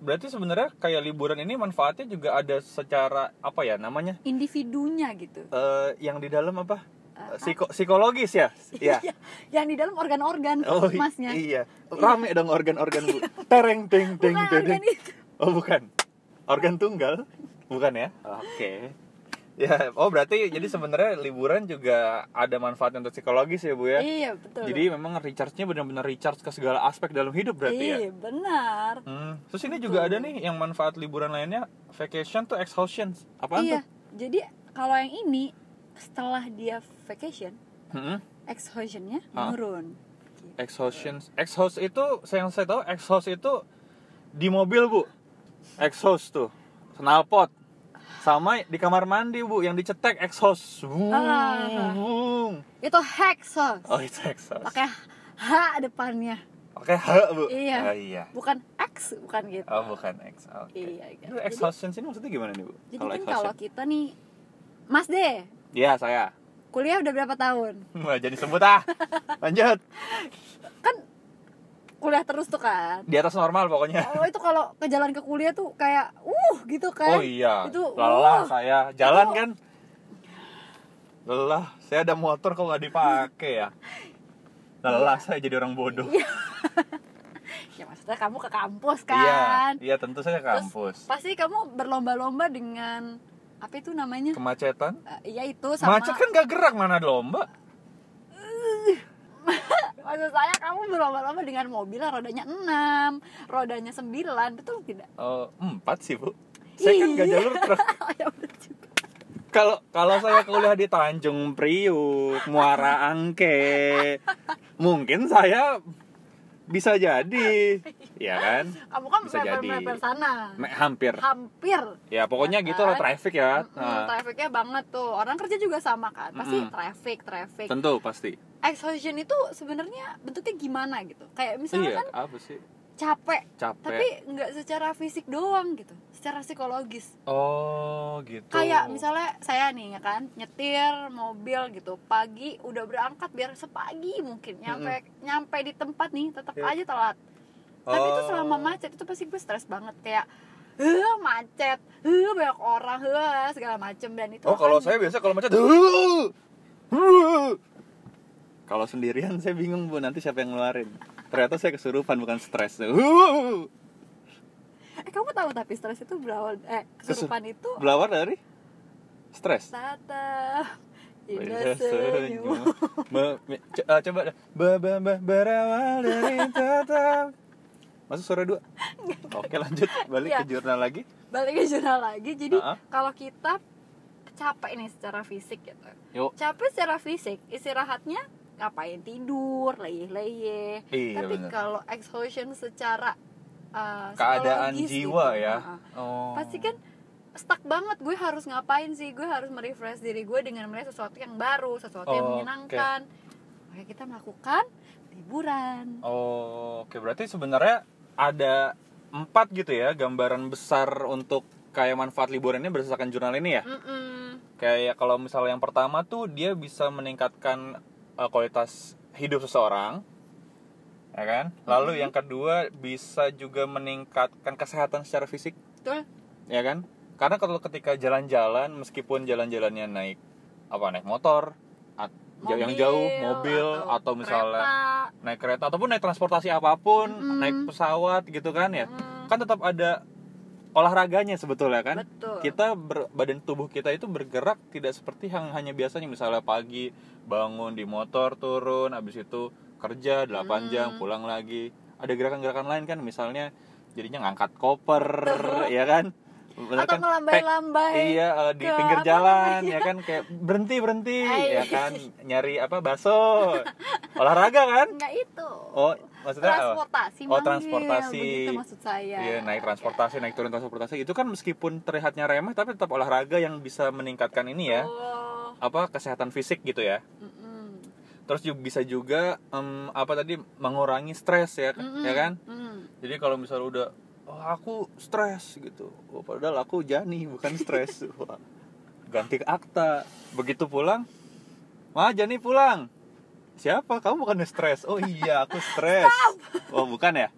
Speaker 3: berarti sebenarnya kayak liburan ini manfaatnya juga ada secara apa ya namanya?
Speaker 2: Individunya gitu.
Speaker 3: eh yang di dalam apa?
Speaker 2: Eh,
Speaker 3: Psiko- psikologis ya? Iya.
Speaker 2: Iya, yang di dalam organ-organ
Speaker 3: Oh, i-
Speaker 2: masnya.
Speaker 3: Iya. Rame dong organ-organ Bu. Tereng deng deng
Speaker 2: Bukan
Speaker 3: deng,
Speaker 2: organ
Speaker 3: deng.
Speaker 2: itu.
Speaker 3: Oh, bukan. Organ tunggal? Bukan ya? Oke. Ya, oh berarti jadi sebenarnya liburan juga ada manfaat untuk psikologis ya, Bu ya?
Speaker 2: Iya, betul.
Speaker 3: Jadi memang recharge-nya benar-benar recharge ke segala aspek dalam hidup berarti ya?
Speaker 2: Iya, benar.
Speaker 3: Hmm. Terus ini juga ada nih yang manfaat liburan lainnya vacation tuh exhaustion. Apaan
Speaker 2: iya.
Speaker 3: tuh?
Speaker 2: Jadi kalau yang ini setelah dia vacation,
Speaker 3: Hmm.
Speaker 2: exhaustionnya
Speaker 3: Hah?
Speaker 2: menurun.
Speaker 3: Exhaustion. Exhaust itu saya yang saya tahu exhaust itu di mobil, Bu. Exhaust tuh. Knalpot. Sama di kamar mandi, Bu, yang dicetek exhaust. Wung,
Speaker 2: Ah.
Speaker 3: wung.
Speaker 2: Itu hexos.
Speaker 3: Oh, itu exhaust.
Speaker 2: Pakai H depannya.
Speaker 3: Oke, H, Bu.
Speaker 2: Iya.
Speaker 3: Ah, iya.
Speaker 2: bukan X bukan gitu
Speaker 3: Oh, bukan X. Oke.
Speaker 2: Iya, iya.
Speaker 3: Itu
Speaker 2: Jadi-
Speaker 3: exhaustion sini maksudnya gimana nih, Bu?
Speaker 2: jadi
Speaker 3: Kalau
Speaker 2: kan kalau
Speaker 3: exhaustion.
Speaker 2: kita nih Mas D
Speaker 3: Iya, saya.
Speaker 2: kuliah udah berapa tahun
Speaker 3: Wah, jadi sebut ah. Lanjut.
Speaker 2: kan kuliah terus tuh kan
Speaker 3: Di atas normal pokoknya.
Speaker 2: oh itu kalau ke jalan ke kuliah tuh kayak uh gitu kan
Speaker 3: Oh iya.
Speaker 2: itu
Speaker 3: lelah
Speaker 2: uh,
Speaker 3: saya jalan
Speaker 2: itu-
Speaker 3: kan. Lelah, saya ada motor kok nggak dipakai ya. Lelah saya jadi orang bodoh.
Speaker 2: Iya ya maksudnya kamu ke kampus
Speaker 3: Iya,
Speaker 2: kan
Speaker 3: iya tentu saya ke kampus.
Speaker 2: pasti kamu berlomba-lomba dengan apa itu namanya
Speaker 3: Kemacetan?
Speaker 2: Eh, iya itu sama
Speaker 3: Macet kan gak gerak mana ada lomba?
Speaker 2: maksud saya kamu berlomba-lomba dengan mobil yang rodanya 6 rodanya 9 betul tidak
Speaker 3: Eh, empat sih bu. Saya kan gak
Speaker 2: Iya.
Speaker 3: jalur truk.
Speaker 2: oh ya bener juga
Speaker 3: Kalau kalau saya kuliah di Tanjung Priuk, Muara Angke, mungkin saya bisa jadi, ya kan?
Speaker 2: kamu kan
Speaker 3: Bisa jadi.
Speaker 2: mepet-mepet sana
Speaker 3: Me- Hampir.
Speaker 2: hampir
Speaker 3: Ya pokoknya gitu lah traffic ya.
Speaker 2: Mm,
Speaker 3: Nah,
Speaker 2: trafficnya banget tuh orang kerja juga sama kan pasti
Speaker 3: Mm-mm.
Speaker 2: traffic traffic
Speaker 3: tentu pasti.
Speaker 2: exhaustion itu sebenarnya bentuknya gimana gitu kayak
Speaker 3: Iya.
Speaker 2: misalnya kan
Speaker 3: Apa sih?
Speaker 2: capek
Speaker 3: Capek.
Speaker 2: tapi nggak secara fisik doang gitu secara psikologis
Speaker 3: oh gitu.
Speaker 2: kayak misalnya saya nih ya kan nyetir mobil gitu pagi udah berangkat biar sepagi mungkin nyampe nyampe di tempat nih tetap
Speaker 3: Iya.
Speaker 2: aja telat tapi itu
Speaker 3: Oh.
Speaker 2: selama macet itu pasti gue stres banget kayak Heh, macet, heh, banyak orang, heh, segala macem dan itu
Speaker 3: Oh kalau
Speaker 2: akan-
Speaker 3: saya biasa kalau macet. "Huh! Huh!" Kalau sendirian saya bingung bu nanti siapa yang ngeluarin. Ternyata saya kesurupan bukan stres. Huh!
Speaker 2: eh kamu tahu tapi stres itu berawal eh kesurupan itu
Speaker 3: Berawal dari stres.
Speaker 2: tatap indah
Speaker 3: Beda Oh, iya, senyum.
Speaker 2: senyum
Speaker 3: Be- be- co- ah, coba dah. Be- be- be- berawal dari tetap. Masuk suara dua. Oke lanjut balik
Speaker 2: Iya.
Speaker 3: ke jurnal lagi.
Speaker 2: balik ke jurnal lagi jadi
Speaker 3: Ah.
Speaker 2: kalau kita capek nih secara fisik gitu
Speaker 3: Yuk.
Speaker 2: capek secara fisik istirahatnya ngapain tidur leyeh-leyeh
Speaker 3: Iya,
Speaker 2: tapi
Speaker 3: bener.
Speaker 2: kalau exhaustion secara uh,
Speaker 3: Keadaan
Speaker 2: psikologis
Speaker 3: jiwa
Speaker 2: gitu,
Speaker 3: ya.
Speaker 2: uh-uh.
Speaker 3: Oh.
Speaker 2: pasti kan stuck banget gue harus ngapain sih gue harus merefresh diri gue dengan melihat sesuatu yang baru sesuatu yang
Speaker 3: Oh,
Speaker 2: menyenangkan makanya kita melakukan liburan
Speaker 3: Oh, oke berarti sebenarnya ada empat gitu ya gambaran besar untuk kayak manfaat liburannya berdasarkan jurnal ini ya.
Speaker 2: Mm-mm.
Speaker 3: Kayak kalau misalnya yang pertama tuh dia bisa meningkatkan eh, kualitas hidup seseorang, ya kan?
Speaker 2: Mm-hmm.
Speaker 3: Lalu yang kedua bisa juga meningkatkan kesehatan secara fisik,
Speaker 2: betul
Speaker 3: ya kan? Karena kalau ketika jalan-jalan, meskipun jalan-jalannya naik apa naik motor, at- jauh- yang jauh mobil atau, misalnya
Speaker 2: kereta.
Speaker 3: naik kereta ataupun naik transportasi apapun,
Speaker 2: Mm-mm.
Speaker 3: naik pesawat gitu kan ya,
Speaker 2: Mm.
Speaker 3: kan tetap ada olahraganya sebetulnya kan.
Speaker 2: Betul.
Speaker 3: Kita ber- badan tubuh kita itu bergerak tidak seperti yang hanya biasanya misalnya pagi bangun di motor turun, habis itu kerja 8
Speaker 2: Hmm.
Speaker 3: jam pulang lagi. Ada gerakan-gerakan lain kan misalnya jadinya ngangkat koper, ya kan? Misalnya kan
Speaker 2: atau
Speaker 3: pack-
Speaker 2: ngelambai-lambai
Speaker 3: Iya eh, di
Speaker 2: ke
Speaker 3: pinggir
Speaker 2: apa
Speaker 3: jalan
Speaker 2: namanya?
Speaker 3: ya kan kayak berhenti berhenti
Speaker 2: Ay.
Speaker 3: ya kan nyari apa bakso olahraga kan
Speaker 2: enggak itu
Speaker 3: oh maksudnya apa?
Speaker 2: transportasi
Speaker 3: Oh,
Speaker 2: manggil.
Speaker 3: transportasi.
Speaker 2: begitu maksud saya
Speaker 3: Iya naik transportasi naik turun transportasi itu kan meskipun terlihatnya remeh tapi tetap olahraga yang bisa meningkatkan ini ya
Speaker 2: oh
Speaker 3: apa kesehatan fisik gitu ya
Speaker 2: mm-mm.
Speaker 3: terus juga bisa juga em, apa tadi mengurangi stres ya
Speaker 2: Mm-mm.
Speaker 3: ya kan
Speaker 2: Mm.
Speaker 3: jadi kalau misalnya udah oh, aku stres gitu oh, padahal aku jani bukan stres Wah, ganti akta begitu pulang ma jani pulang siapa kamu bukan stres oh iya aku stres oh bukan ya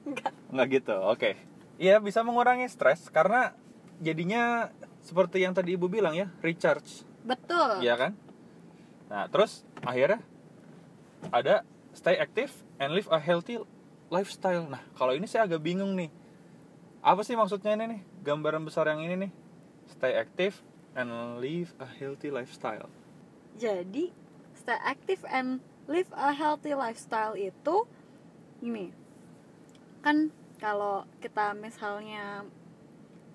Speaker 3: nggak gitu oke Iya bisa mengurangi stres karena jadinya seperti yang tadi ibu bilang ya recharge
Speaker 2: betul
Speaker 3: Iya kan? Nah, terus akhirnya ada stay active and live a healthy lifestyle. Nah, kalau ini saya agak bingung nih. Apa sih maksudnya ini nih? Gambaran besar yang ini nih. Stay active and live a healthy lifestyle.
Speaker 2: jadi stay active and live a healthy lifestyle itu gini kan kalau kita misalnya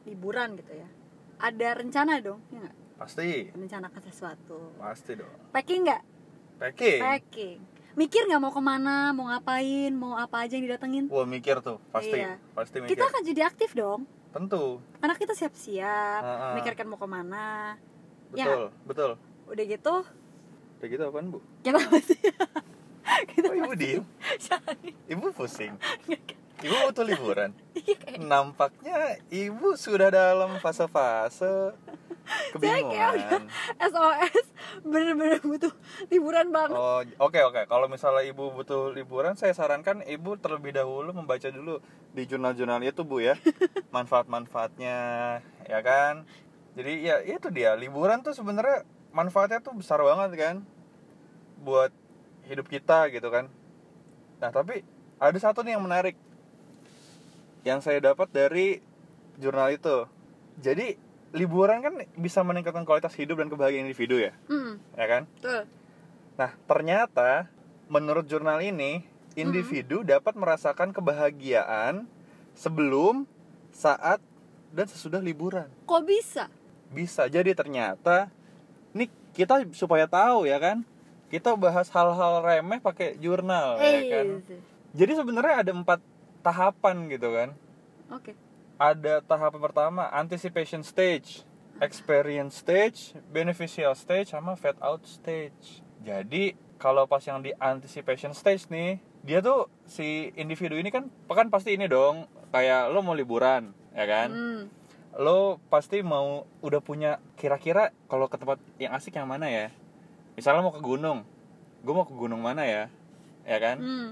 Speaker 2: liburan gitu ya ada rencana dong ya nggak
Speaker 3: Pasti,
Speaker 2: merencanakan sesuatu
Speaker 3: pasti dong.
Speaker 2: packing nggak
Speaker 3: Packing.
Speaker 2: packing mikir nggak mau kemana mau ngapain mau apa aja yang didatengin
Speaker 3: Wah, mikir tuh, pasti.
Speaker 2: Iya.
Speaker 3: Pasti mikir.
Speaker 2: kita akan jadi aktif dong
Speaker 3: Tentu.
Speaker 2: karena kita siap-siap
Speaker 3: Ah, ah.
Speaker 2: mikirkan mau kemana Ya.
Speaker 3: Betul, betul.
Speaker 2: udah gitu
Speaker 3: Kayak gitu apaan, Bu?
Speaker 2: kita pasti Kita
Speaker 3: Oh, ibu diem.
Speaker 2: cari
Speaker 3: Ibu pusing. Ibu butuh liburan.
Speaker 2: Iya, kayak-
Speaker 3: Nampaknya ibu sudah dalam fase-fase kebingungan.
Speaker 2: SOS bener-bener butuh liburan banget
Speaker 3: Oh, oke oke. Kalau misalnya ibu butuh liburan, saya sarankan ibu terlebih dahulu membaca dulu di jurnal-jurnal itu bu ya, manfaat-manfaatnya, ya kan. Jadi ya itu dia liburan tuh sebenarnya manfaatnya tuh besar banget kan, buat hidup kita gitu kan. Nah tapi ada satu nih yang menarik, yang saya dapat dari jurnal itu. Jadi liburan kan bisa meningkatkan kualitas hidup dan kebahagiaan individu ya,
Speaker 2: Mm,
Speaker 3: ya kan?
Speaker 2: betul
Speaker 3: Nah, ternyata menurut jurnal ini, individu dapat merasakan kebahagiaan sebelum, saat, dan sesudah liburan.
Speaker 2: kok bisa
Speaker 3: Bisa jadi ternyata nih kita supaya tahu ya kan. Kita bahas hal-hal remeh pakai jurnal ya
Speaker 2: Eh,
Speaker 3: kan.
Speaker 2: gitu.
Speaker 3: Jadi sebenarnya ada empat tahapan gitu kan.
Speaker 2: oke
Speaker 3: Ada tahapan pertama anticipation stage, experience stage, beneficial stage sama fade out stage. Jadi kalau pas yang di anticipation stage nih, dia tuh si individu ini kan pekan pasti ini dong kayak lo mau liburan ya kan.
Speaker 2: Mm,
Speaker 3: Lo pasti mau udah punya kira-kira kalau ke tempat yang asik yang mana ya. Misalnya mau ke gunung. Gue mau ke gunung mana ya? Ya kan?
Speaker 2: mm,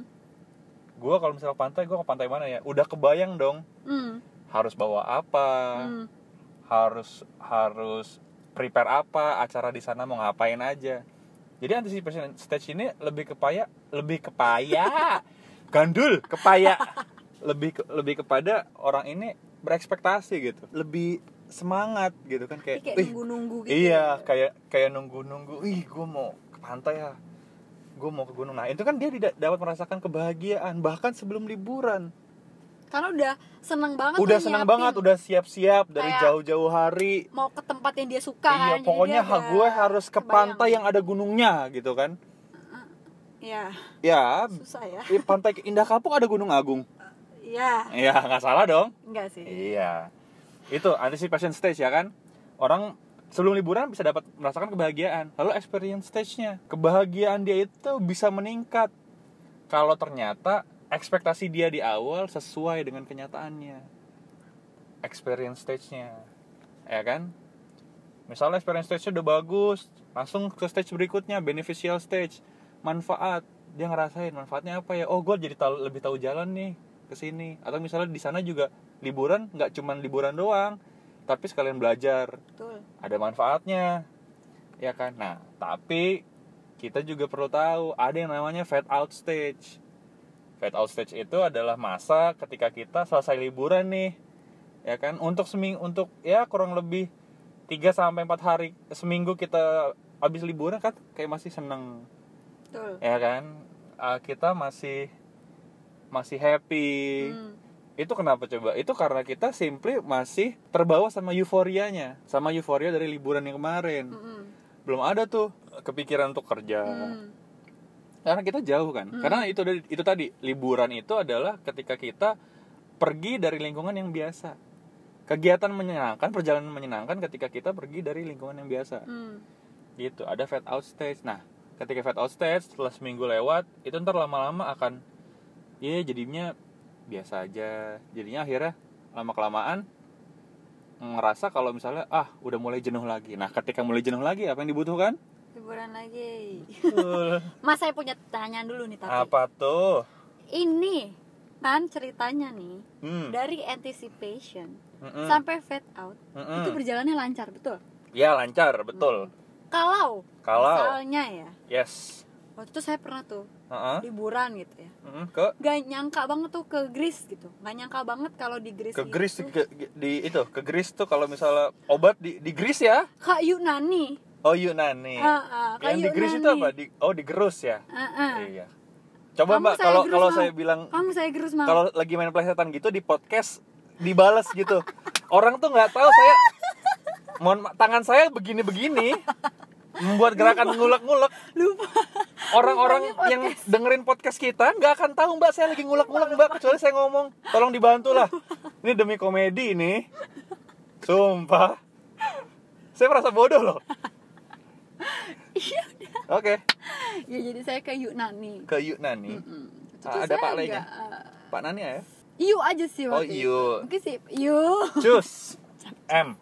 Speaker 3: Gue kalau misalnya ke pantai, gue ke pantai mana ya? Udah kebayang dong
Speaker 2: mm,
Speaker 3: harus bawa apa?
Speaker 2: mm.
Speaker 3: harus harus prepare apa acara di sana mau ngapain aja jadi anticipation stage ini lebih kepaya lebih kepaya gandul kepaya lebih ke- lebih kepada orang ini berekspektasi gitu lebih semangat gitu kan
Speaker 2: Ini
Speaker 3: kayak,
Speaker 2: kayak
Speaker 3: "Ih,
Speaker 2: nunggu-nunggu gitu
Speaker 3: iya kayak kayak nunggu nunggu ih gue mau ke pantai ya gue mau ke gunung nah itu kan dia tidak dapat merasakan kebahagiaan bahkan sebelum liburan
Speaker 2: karena udah seneng banget
Speaker 3: udah
Speaker 2: tuh
Speaker 3: senang
Speaker 2: nyiapin.
Speaker 3: banget udah siap siap dari
Speaker 2: Kayak-
Speaker 3: jauh-jauh hari
Speaker 2: mau ke tempat yang dia suka kan
Speaker 3: iya,
Speaker 2: jadi
Speaker 3: pokoknya
Speaker 2: dia
Speaker 3: ha,
Speaker 2: udah
Speaker 3: gue harus ke
Speaker 2: kebayang.
Speaker 3: pantai yang ada gunungnya gitu kan.
Speaker 2: ya
Speaker 3: Ya,
Speaker 2: susah ya
Speaker 3: i- pantai Indah Kapuk ada Gunung Agung.
Speaker 2: ya
Speaker 3: Iya, nggak salah dong.
Speaker 2: enggak sih
Speaker 3: Iya. Itu anticipation stage ya kan. Orang sebelum liburan bisa dapat merasakan kebahagiaan. Lalu experience stage-nya, kebahagiaan dia itu bisa meningkat kalau ternyata ekspektasi dia di awal sesuai dengan kenyataannya. Experience stage-nya. Ya kan? Misalnya experience stage-nya udah bagus, langsung ke stage berikutnya, beneficial stage. Manfaat, dia ngerasain manfaatnya apa ya? Oh, gue jadi tahu- lebih tahu jalan nih ke sini. Atau misalnya di sana juga liburan nggak cuman liburan doang, tapi sekalian belajar
Speaker 2: betul
Speaker 3: ada manfaatnya ya kan nah tapi kita juga perlu tahu ada yang namanya fade out stage fade out stage itu adalah masa ketika kita selesai liburan nih ya kan untuk seming untuk ya kurang lebih 3 sampai 4 hari seminggu kita habis liburan kan kayak masih seneng
Speaker 2: betul
Speaker 3: ya kan Ah, kita masih masih happy
Speaker 2: Hmm,
Speaker 3: itu kenapa coba? Itu karena kita simply masih terbawa sama euforianya, sama euforia dari liburan yang
Speaker 2: mm,
Speaker 3: kemarin.
Speaker 2: mm,
Speaker 3: Belum ada tuh kepikiran untuk kerja.
Speaker 2: mm.
Speaker 3: Karena kita jauh kan.
Speaker 2: Hmm.
Speaker 3: Karena itu dari- itu tadi liburan itu adalah ketika kita pergi dari lingkungan yang biasa. Kegiatan menyenangkan, perjalanan menyenangkan ketika kita pergi dari lingkungan yang biasa.
Speaker 2: Hmm,
Speaker 3: Gitu, ada fade out stage. Nah, ketika fade out stage setelah seminggu lewat, itu ntar lama-lama akan ya jadinya biasa aja. Jadinya akhirnya lama kelamaan ngerasa kalau misalnya ah udah mulai jenuh lagi. Nah, ketika mulai jenuh lagi apa yang dibutuhkan?
Speaker 2: liburan lagi
Speaker 3: Betul.
Speaker 2: mas saya punya pertanyaan dulu nih tapi
Speaker 3: apa tuh?
Speaker 2: ini kan ceritanya nih
Speaker 3: Hmm.
Speaker 2: dari anticipation
Speaker 3: Mm-mm.
Speaker 2: sampai fade out
Speaker 3: Mm-mm.
Speaker 2: itu berjalannya lancar betul
Speaker 3: Ya lancar, betul.
Speaker 2: kalau
Speaker 3: Kalau.
Speaker 2: misalnya ya
Speaker 3: Yes.
Speaker 2: waktu itu saya pernah tuh
Speaker 3: Heeh.
Speaker 2: liburan gitu ya
Speaker 3: Mm-mm. Ke
Speaker 2: gak nyangka banget tuh ke Greece gitu gak nyangka banget kalau di Greece
Speaker 3: ke Greece
Speaker 2: itu-
Speaker 3: ke- di itu ke Greece tuh kalau misalnya obat di di Greece ya.
Speaker 2: ke Yunani
Speaker 3: Oh Yunani.
Speaker 2: Ah, ah, ke
Speaker 3: Yang di Greece itu
Speaker 2: Yunani.
Speaker 3: apa? Di, oh di Gerus ya.
Speaker 2: Ah, ah.
Speaker 3: Iya. Coba
Speaker 2: Kamu
Speaker 3: Mbak
Speaker 2: saya
Speaker 3: kalau
Speaker 2: gerus
Speaker 3: kalau
Speaker 2: mau.
Speaker 3: saya bilang
Speaker 2: kamu saya Greece mau
Speaker 3: kalau lagi main pelesetan gitu di podcast dibales gitu. Orang tuh nggak tahu saya mohon ma- tangan saya begini-begini membuat gerakan ngulek-ngulek
Speaker 2: lupa
Speaker 3: orang-orang
Speaker 2: Lupanya podcast.
Speaker 3: yang dengerin podcast kita nggak akan tahu mbak saya lagi ngulek-ngulek mbak kecuali saya ngomong tolong dibantu lah ini demi komedi ini sumpah
Speaker 2: Iya,
Speaker 3: saya merasa bodoh loh oke
Speaker 2: ya jadi saya ke Yunani
Speaker 3: ke Yunani
Speaker 2: Mm-mm.
Speaker 3: Ah,
Speaker 2: Terus
Speaker 3: ada
Speaker 2: saya
Speaker 3: Pak Lenya?
Speaker 2: nggak, eh,
Speaker 3: Pak Nani ya
Speaker 2: Iu aja sih
Speaker 3: Oh,
Speaker 2: waktu itu.
Speaker 3: Iu.
Speaker 2: Mungkin sih Iu.
Speaker 3: cus M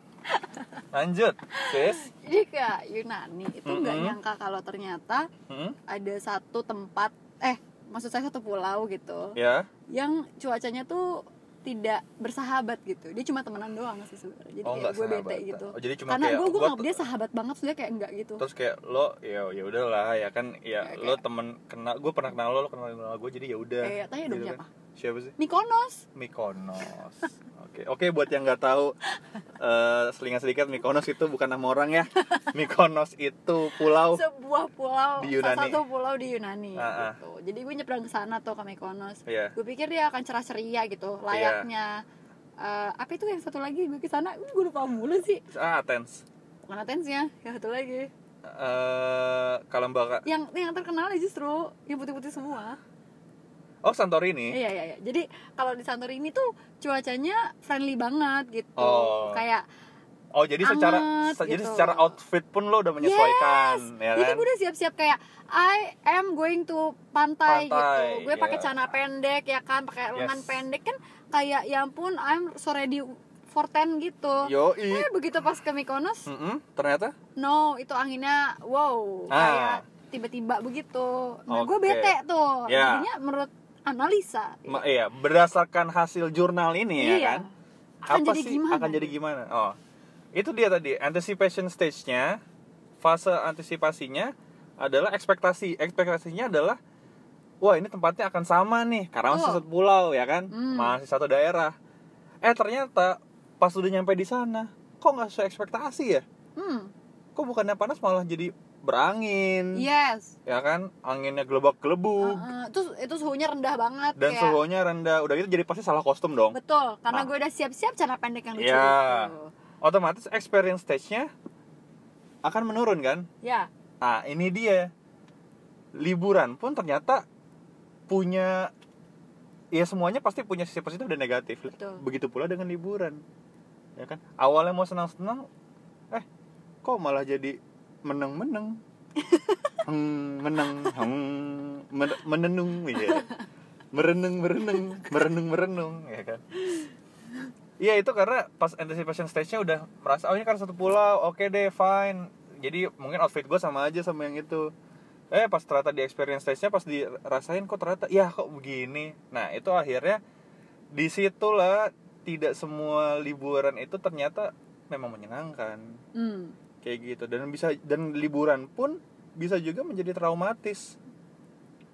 Speaker 3: lanjut sis
Speaker 2: Jadi ke Yunani itu nggak
Speaker 3: Mm-mm.
Speaker 2: nyangka kalau ternyata
Speaker 3: Hmm,
Speaker 2: ada satu tempat eh maksud saya satu pulau gitu
Speaker 3: ya
Speaker 2: yang cuacanya tuh tidak bersahabat gitu dia cuma temenan doang sih sebenarnya jadi
Speaker 3: Oh,
Speaker 2: kayak
Speaker 3: nggak
Speaker 2: gue bete
Speaker 3: sahabatan.
Speaker 2: gitu
Speaker 3: Oh, jadi cuma
Speaker 2: karena
Speaker 3: kayak
Speaker 2: gue gue
Speaker 3: gua
Speaker 2: nggak
Speaker 3: tuh-
Speaker 2: dia sahabat banget sudah kayak enggak gitu
Speaker 3: terus kayak lo ya ya udahlah ya kan ya
Speaker 2: Kayak-
Speaker 3: lo temen kenal gue pernah kenal lo lo kenal kenal gue jadi ya udah
Speaker 2: Kayak, tanya dong
Speaker 3: Gitu kan.
Speaker 2: siapa?
Speaker 3: siapa sih
Speaker 2: Mikonos
Speaker 3: Mykonos oke oke buat yang nggak tahu eh selingan sedikit Mykonos itu bukan nama orang ya Mykonos itu pulau
Speaker 2: sebuah pulau
Speaker 3: Oh. Di
Speaker 2: salah
Speaker 3: Yunani.
Speaker 2: satu pulau di Yunani
Speaker 3: Ah, ah.
Speaker 2: gitu jadi gue nyebrang ke sana tuh ke Mykonos
Speaker 3: Iya.
Speaker 2: gue pikir dia akan cerah ceria gitu layaknya eh, apa itu yang satu lagi gue ke sana gue lupa mulu sih
Speaker 3: ah Athens
Speaker 2: bukan ya. Athensnya yang satu lagi
Speaker 3: eh Kalambaka
Speaker 2: yang yang terkenal ya justru yang putih-putih semua
Speaker 3: oh Santorini
Speaker 2: Iya iya iya. Jadi kalau di Santorini tuh cuacanya friendly banget gitu.
Speaker 3: Oh.
Speaker 2: Kayak
Speaker 3: oh jadi secara
Speaker 2: Anget
Speaker 3: se- jadi
Speaker 2: gitu.
Speaker 3: secara outfit pun lo udah menyesuaikan ya
Speaker 2: jadi
Speaker 3: kan
Speaker 2: gue udah siap-siap kayak I am going to pantai,
Speaker 3: Pantai,
Speaker 2: gitu. Gue pakai
Speaker 3: iya.
Speaker 2: celana pendek ya kan, pakai lengan
Speaker 3: Yes.
Speaker 2: pendek kan kayak ya ampun I'm so ready for ten gitu.
Speaker 3: yoi
Speaker 2: Eh begitu pas ke Mykonos,
Speaker 3: Mm-mm, ternyata
Speaker 2: no itu anginnya wow
Speaker 3: Ah.
Speaker 2: kayak tiba-tiba begitu. Nah gue
Speaker 3: Oke.
Speaker 2: bete tuh.
Speaker 3: Ya.
Speaker 2: Jadinya menurut analisa
Speaker 3: Ma- iya berdasarkan hasil jurnal ini ya
Speaker 2: Iya.
Speaker 3: kan
Speaker 2: akan
Speaker 3: apa
Speaker 2: jadi
Speaker 3: sih
Speaker 2: gimana?
Speaker 3: akan jadi gimana oh itu dia tadi anticipation stage-nya fase antisipasinya adalah ekspektasi ekspektasinya adalah wah ini tempatnya akan sama nih karena masih
Speaker 2: Betul.
Speaker 3: satu pulau ya kan
Speaker 2: Hmm.
Speaker 3: masih satu daerah eh ternyata pas udah nyampe di sana kok nggak sesuai ekspektasi ya
Speaker 2: Hmm.
Speaker 3: kok bukannya panas malah jadi berangin
Speaker 2: Yes.
Speaker 3: ya kan anginnya gelebak gelebuk
Speaker 2: Iya. Heeh, Iya. terus itu suhunya rendah banget
Speaker 3: Oh. dan
Speaker 2: kayak-
Speaker 3: suhunya rendah udah gitu jadi pasti salah kostum dong
Speaker 2: betul karena
Speaker 3: Ah.
Speaker 2: gue udah siap-siap cara pendek yang lucu
Speaker 3: Iya.
Speaker 2: gitu
Speaker 3: otomatis experience stage-nya akan menurun kan
Speaker 2: ya
Speaker 3: Nah, ini dia. Liburan pun ternyata punya ya semuanya pasti punya sisi positif dan negatif.
Speaker 2: Betul.
Speaker 3: Begitu pula dengan liburan. Ya kan? Awalnya mau senang-senang, eh kok malah jadi meneng-meneng. Hmm, meneng, hmm, men- menenung iya. Merenung, merenung, merenung, merenung, ya kan? Iya itu karena pas anticipation stage-nya udah merasa oh ini kan satu pulau, oke deh fine. Jadi mungkin outfit gue sama aja sama yang itu. Eh pas ternyata di experience stage-nya pas dirasain kok ternyata ya kok begini. Nah itu akhirnya disitulah tidak semua liburan itu ternyata memang menyenangkan
Speaker 2: hmm.
Speaker 3: kayak gitu dan bisa dan liburan pun bisa juga menjadi traumatis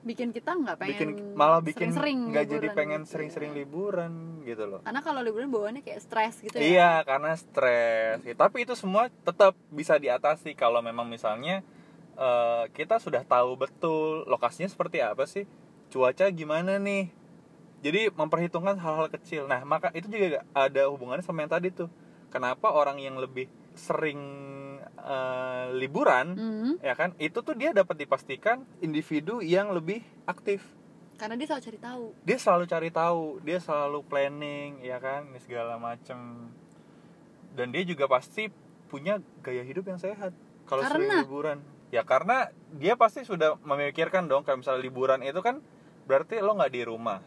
Speaker 2: bikin kita nggak pengen
Speaker 3: bikin malah bikin
Speaker 2: sering-sering
Speaker 3: nggak jadi
Speaker 2: liburan
Speaker 3: pengen
Speaker 2: gitu
Speaker 3: sering-sering
Speaker 2: ya.
Speaker 3: liburan gitu loh
Speaker 2: karena kalau liburan bawaannya kayak stres gitu ya
Speaker 3: Iya, karena stres. Ya, tapi itu semua tetap bisa diatasi kalau memang misalnya eh, kita sudah tahu betul lokasinya seperti apa sih, cuaca gimana nih. Jadi memperhitungkan hal-hal kecil. Nah, maka itu juga ada hubungannya sama yang tadi tuh. Kenapa orang yang lebih sering eh, liburan,
Speaker 2: Hmm,
Speaker 3: ya kan? Itu tuh dia dapat dipastikan individu yang lebih aktif
Speaker 2: karena dia selalu cari tahu
Speaker 3: dia selalu cari tahu dia selalu planning ya kan ini segala macem dan dia juga pasti punya gaya hidup yang sehat kalau sering
Speaker 2: Karena?
Speaker 3: liburan ya karena dia pasti sudah memikirkan dong kalau misalnya liburan itu kan berarti lo nggak di rumah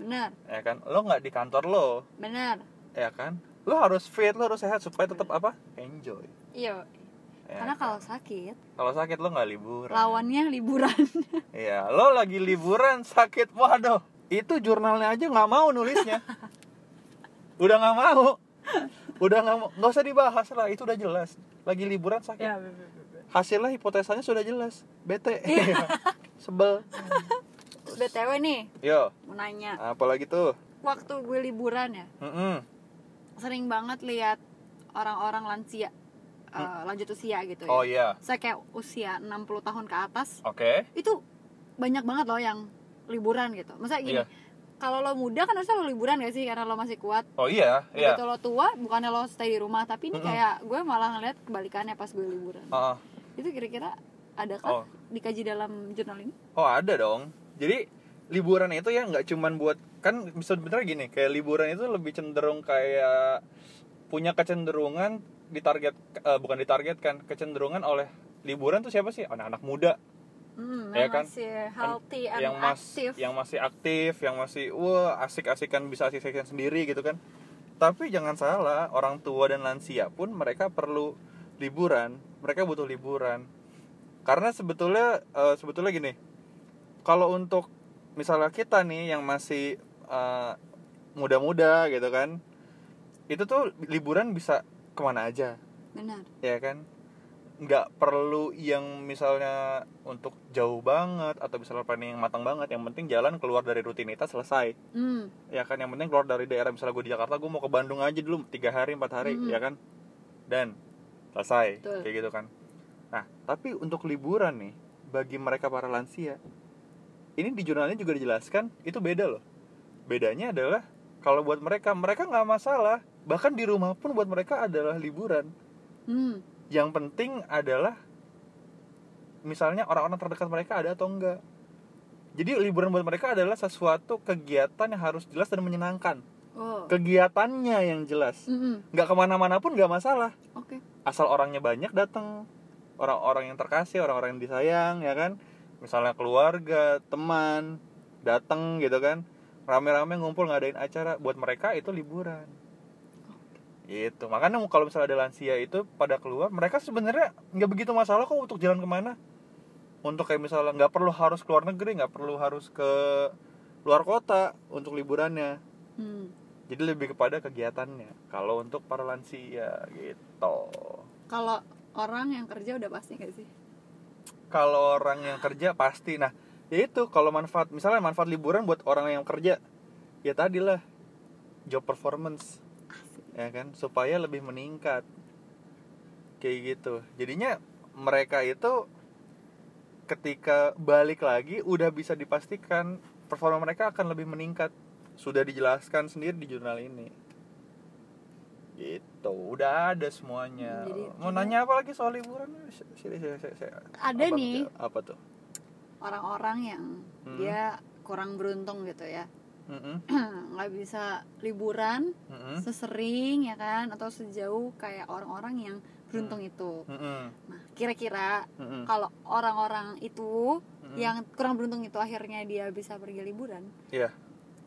Speaker 2: benar
Speaker 3: ya kan lo nggak di kantor lo
Speaker 2: benar
Speaker 3: ya kan lo harus fit lo harus sehat supaya tetap apa enjoy
Speaker 2: iya
Speaker 3: ya kan?
Speaker 2: karena kalau sakit
Speaker 3: kalau sakit lo nggak liburan
Speaker 2: lawannya liburan
Speaker 3: Iya, lo lagi liburan sakit, waduh, itu jurnalnya aja nggak mau nulisnya, udah nggak mau, udah nggak mau, nggak usah dibahas lah, itu udah jelas, lagi liburan sakit, hasilnya hipotesanya sudah jelas, bete, sebel,
Speaker 2: Terus btw nih
Speaker 3: yo,
Speaker 2: mau nanya
Speaker 3: apalagi tuh,
Speaker 2: waktu gue liburan ya
Speaker 3: Mm-mm.
Speaker 2: sering banget lihat orang-orang lansia eh, lanjut usia gitu ya
Speaker 3: Hmm. oh iya,
Speaker 2: saya kayak usia 60 tahun ke atas
Speaker 3: oke,
Speaker 2: itu banyak banget loh yang liburan gitu masa gini
Speaker 3: Iya.
Speaker 2: kalau lo muda kan harusnya lo liburan gak sih karena lo masih kuat
Speaker 3: oh iya, iya,
Speaker 2: begitu lo tua bukannya lo stay di rumah tapi ini
Speaker 3: Mm-mm.
Speaker 2: kayak gue malah ngeliat kebalikannya pas gue liburan
Speaker 3: Ah,
Speaker 2: itu kira-kira
Speaker 3: oh,
Speaker 2: adakah dikaji dalam jurnal ini
Speaker 3: oh ada dong, jadi liburan itu ya nggak cuman buat kan bisa sebenarnya gini kayak liburan itu lebih cenderung kayak punya kecenderungan ditarget eh, bukan ditargetkan kecenderungan oleh liburan tuh siapa sih anak-anak muda
Speaker 2: Hmm,
Speaker 3: Ya
Speaker 2: yang
Speaker 3: kan?
Speaker 2: masih healthy and
Speaker 3: yang mas ya.
Speaker 2: active.
Speaker 3: yang masih aktif yang masih wah asik-asikan bisa asik-asikan sendiri gitu kan tapi jangan salah orang tua dan lansia pun mereka perlu liburan mereka butuh liburan karena sebetulnya eh, sebetulnya gini kalau untuk misalnya kita nih yang masih eh, muda-muda gitu kan itu tuh liburan bisa kemana aja
Speaker 2: Benar.
Speaker 3: ya kan nggak perlu yang misalnya untuk jauh banget atau misalnya planning yang matang banget yang penting jalan keluar dari rutinitas selesai
Speaker 2: Hmm,
Speaker 3: ya kan yang penting keluar dari daerah misalnya gue di Jakarta gue mau ke Bandung aja dulu tiga hari empat hari
Speaker 2: Mhm.
Speaker 3: ya kan dan selesai
Speaker 2: Betul.
Speaker 3: kayak gitu kan nah tapi untuk liburan nih bagi mereka para lansia ini di jurnalnya juga dijelaskan itu beda loh bedanya adalah kalau buat mereka mereka nggak masalah bahkan di rumah pun buat mereka adalah liburan
Speaker 2: hmm,
Speaker 3: yang penting adalah misalnya orang-orang terdekat mereka ada atau enggak jadi liburan buat mereka adalah sesuatu kegiatan yang harus jelas dan menyenangkan
Speaker 2: oh,
Speaker 3: kegiatannya yang jelas
Speaker 2: Mm-mm,
Speaker 3: nggak kemana-mana pun nggak masalah
Speaker 2: oke,
Speaker 3: asal orangnya banyak datang orang-orang yang terkasih orang-orang yang disayang ya kan misalnya keluarga teman datang gitu kan rame-rame ngumpul ngadain acara buat mereka itu liburan gitu makanya kalau misalnya ada lansia itu pada keluar mereka sebenarnya nggak begitu masalah kok untuk jalan kemana untuk kayak misalnya nggak perlu harus keluar negeri nggak perlu harus ke luar kota untuk liburannya
Speaker 2: Hmm.
Speaker 3: jadi lebih kepada kegiatannya kalau untuk para lansia gitu
Speaker 2: Kalau orang yang kerja udah pasti gak sih?
Speaker 3: kalau orang yang kerja pasti nah ya itu kalau manfaat misalnya manfaat liburan buat orang yang kerja ya tadilah job performance ya kan supaya lebih meningkat kayak gitu jadinya mereka itu ketika balik lagi udah bisa dipastikan performa mereka akan lebih meningkat sudah dijelaskan sendiri di jurnal ini gitu udah ada semuanya
Speaker 2: Jadi
Speaker 3: mau
Speaker 2: kita-
Speaker 3: nanya apa lagi soal liburan Si- si- si- si- si-
Speaker 2: Ada
Speaker 3: apa
Speaker 2: nih. Iya.
Speaker 3: tuh? apa tuh
Speaker 2: Orang-orang yang
Speaker 3: Hmm.
Speaker 2: dia kurang beruntung gitu ya,
Speaker 3: Mm-mm,
Speaker 2: nggak bisa liburan
Speaker 3: mm-mm,
Speaker 2: sesering ya kan, atau sejauh kayak orang-orang yang beruntung
Speaker 3: Hmm.
Speaker 2: itu.
Speaker 3: mm-mm,
Speaker 2: Nah, kira-kira
Speaker 3: mm-mm,
Speaker 2: kalau orang-orang itu
Speaker 3: mm-mm.
Speaker 2: yang kurang beruntung itu akhirnya dia bisa pergi liburan
Speaker 3: Iya.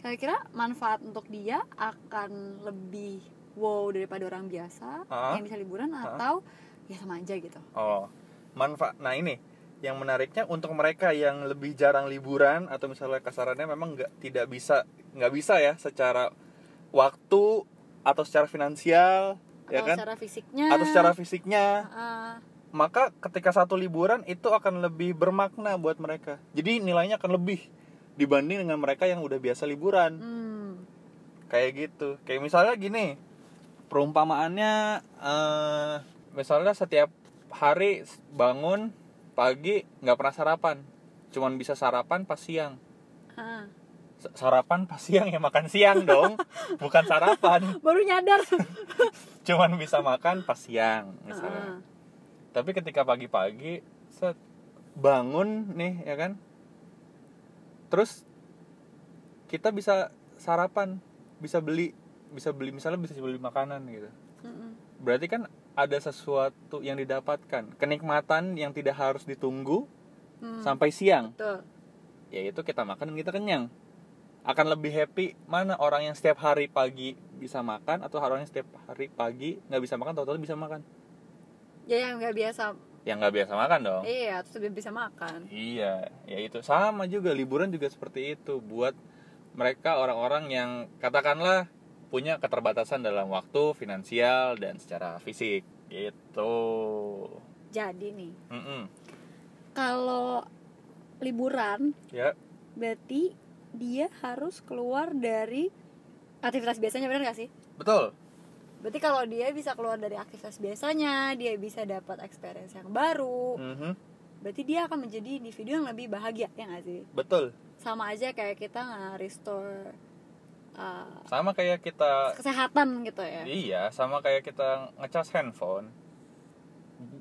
Speaker 2: kira-kira manfaat untuk dia akan lebih wow daripada orang biasa
Speaker 3: Ah.
Speaker 2: yang bisa liburan
Speaker 3: Ah.
Speaker 2: atau ya sama aja gitu
Speaker 3: Oh, manfaat. Nah ini yang menariknya untuk mereka yang lebih jarang liburan atau misalnya kasarannya memang nggak tidak bisa nggak bisa ya secara waktu atau secara finansial ya
Speaker 2: atau
Speaker 3: kan
Speaker 2: secara fisiknya
Speaker 3: atau secara fisiknya
Speaker 2: ah,
Speaker 3: maka ketika satu liburan itu akan lebih bermakna buat mereka jadi nilainya akan lebih dibanding dengan mereka yang udah biasa liburan
Speaker 2: hmm,
Speaker 3: kayak gitu kayak misalnya gini perumpamaannya eh misalnya setiap hari bangun pagi nggak pernah sarapan cuman bisa sarapan pas siang
Speaker 2: ah.
Speaker 3: S- sarapan pas siang ya makan siang dong bukan sarapan
Speaker 2: baru nyadar
Speaker 3: cuman bisa makan pas siang
Speaker 2: Ah.
Speaker 3: misalnya tapi ketika pagi-pagi set bangun nih ya kan terus kita bisa sarapan bisa beli bisa beli misalnya bisa beli makanan gitu
Speaker 2: Ah, mm-mm.
Speaker 3: berarti kan ada sesuatu yang didapatkan kenikmatan yang tidak harus ditunggu
Speaker 2: Hmm,
Speaker 3: sampai siang
Speaker 2: betul
Speaker 3: yaitu kita makan dan kita kenyang akan lebih happy mana orang yang setiap hari pagi bisa makan atau orang yang setiap hari pagi nggak bisa makan tahu-tahu bisa makan
Speaker 2: ya yang nggak biasa
Speaker 3: yang nggak biasa makan dong
Speaker 2: iya terus lebih bisa makan
Speaker 3: Iya, ya itu sama juga liburan juga seperti itu buat mereka orang-orang yang katakanlah punya keterbatasan dalam waktu, finansial dan secara fisik gitu.
Speaker 2: jadi nih
Speaker 3: Mm-mm.
Speaker 2: kalau liburan
Speaker 3: Ya,
Speaker 2: berarti dia harus keluar dari aktivitas biasanya benar gak sih?
Speaker 3: betul.
Speaker 2: Berarti kalau dia bisa keluar dari aktivitas biasanya, dia bisa dapat experience yang baru,
Speaker 3: Mhm,
Speaker 2: berarti dia akan menjadi individu yang lebih bahagia ya gak sih?
Speaker 3: Betul.
Speaker 2: Sama aja kayak kita nge-restore uh,
Speaker 3: Sama kayak kita
Speaker 2: kesehatan gitu ya.
Speaker 3: iya, sama kayak kita ngecas handphone.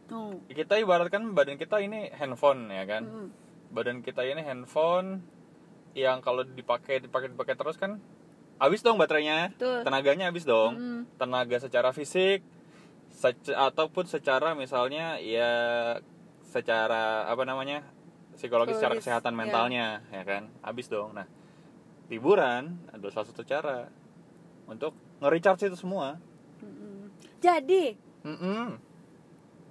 Speaker 2: Oh.
Speaker 3: Kita ibaratkan badan kita ini handphone ya kan.
Speaker 2: Mm-mm.
Speaker 3: Badan kita ini handphone yang kalau dipakai dipakai dipakai terus kan habis dong baterainya.
Speaker 2: Betul. Mm-hmm.
Speaker 3: Tenaganya habis dong.
Speaker 2: Mm-mm.
Speaker 3: tenaga secara fisik sec- ataupun secara misalnya ya secara apa namanya psikologis secara
Speaker 2: Psikologis,
Speaker 3: kesehatan
Speaker 2: ya.
Speaker 3: mentalnya ya kan habis dong nah liburan adalah salah satu cara untuk nge-recharge itu semua
Speaker 2: Mm-mm. Jadi
Speaker 3: Mm-mm,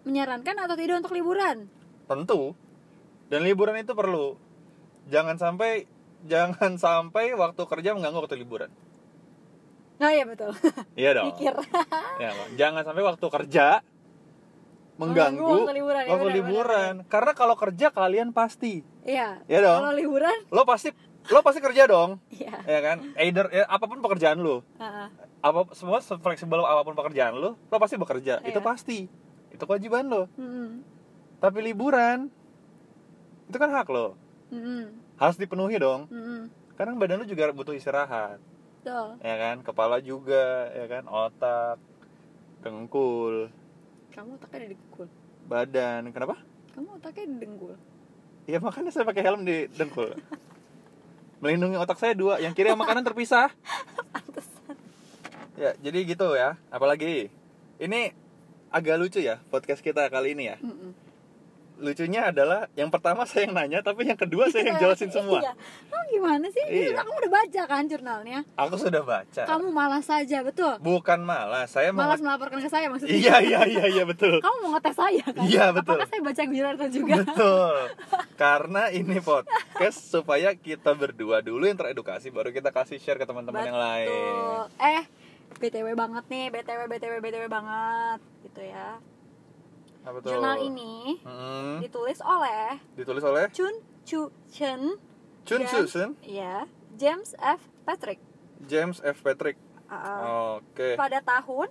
Speaker 2: menyarankan atau tidak untuk liburan?
Speaker 3: tentu dan liburan itu perlu jangan sampai jangan sampai waktu kerja mengganggu waktu liburan
Speaker 2: Nah ya betul.
Speaker 3: iya dong
Speaker 2: Pikir.
Speaker 3: Ya, Bang. jangan sampai waktu kerja mengganggu
Speaker 2: Mengganggu waktu liburan, ya
Speaker 3: waktu
Speaker 2: benar,
Speaker 3: liburan. karena kalau kerja kalian pasti
Speaker 2: Iya.
Speaker 3: Iya dong.
Speaker 2: Kalau liburan,
Speaker 3: lo pasti lo pasti kerja dong
Speaker 2: iya.
Speaker 3: ya kan either ya, apapun pekerjaan lo
Speaker 2: Ah, ah.
Speaker 3: apa semua fleksibel apapun pekerjaan lo lo pasti bekerja
Speaker 2: Iya.
Speaker 3: itu pasti itu kewajiban lo
Speaker 2: Mm-mm.
Speaker 3: tapi liburan itu kan hak lo
Speaker 2: Mm-mm.
Speaker 3: harus dipenuhi dong
Speaker 2: Mm-mm.
Speaker 3: karena badan lo juga butuh istirahat
Speaker 2: Betul.
Speaker 3: ya kan kepala juga ya kan otak dengkul
Speaker 2: Kamu otaknya dengkul.
Speaker 3: badan kenapa
Speaker 2: Kamu otaknya dengkul.
Speaker 3: Ya makanya saya pakai helm di dengkul. Melindungi otak saya dua, yang kiri sama kanan terpisah. Ya, jadi gitu ya. Apalagi ini agak lucu ya podcast kita kali ini ya.
Speaker 2: Mm-mm.
Speaker 3: Lucunya adalah yang pertama saya yang nanya, tapi yang kedua saya yang jelasin semua.
Speaker 2: Iya. Kamu gimana sih? Ini
Speaker 3: Iya.
Speaker 2: Kamu udah baca kan jurnalnya?
Speaker 3: Aku sudah baca.
Speaker 2: Kamu malas saja, betul.
Speaker 3: Bukan malah, saya mau
Speaker 2: Malas melaporkan ke saya maksudnya.
Speaker 3: Iya, iya, iya, iya, betul.
Speaker 2: Kamu mau ngetes saya kan?
Speaker 3: Iya, betul.
Speaker 2: Apakah saya baca giliran itu juga?
Speaker 3: Betul. Karena ini podcast supaya kita berdua dulu yang teredukasi baru kita kasih share ke teman-teman yang lain.
Speaker 2: Betul. Eh, BTW banget nih, BTW, BTW, BTW banget gitu ya.
Speaker 3: Apa tuh?
Speaker 2: Jurnal ini
Speaker 3: Mm-mm.
Speaker 2: ditulis oleh
Speaker 3: ditulis oleh
Speaker 2: Chun Chu Chen
Speaker 3: Chun
Speaker 2: dan-
Speaker 3: Susan,
Speaker 2: ya, James F. Patrick
Speaker 3: James F. Patrick.
Speaker 2: uh,
Speaker 3: Oke,
Speaker 2: pada tahun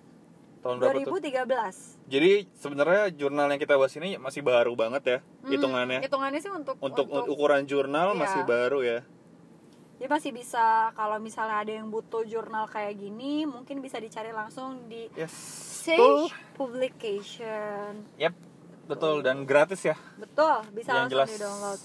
Speaker 3: tahun berapa tuh?
Speaker 2: 2013.
Speaker 3: Jadi sebenarnya jurnal yang kita bahas ini masih baru banget ya,
Speaker 2: Hmm,
Speaker 3: hitungannya.
Speaker 2: Hitungannya sih untuk
Speaker 3: Untuk, ukuran jurnal
Speaker 2: Iya.
Speaker 3: masih baru ya.
Speaker 2: Jadi masih bisa kalau misalnya ada yang butuh jurnal kayak gini, mungkin bisa dicari langsung di
Speaker 3: Yes. Betul.
Speaker 2: Sage Publication.
Speaker 3: Yep. Betul dan gratis ya.
Speaker 2: Betul, bisa
Speaker 3: Yang
Speaker 2: langsung
Speaker 3: jelas.
Speaker 2: di-download.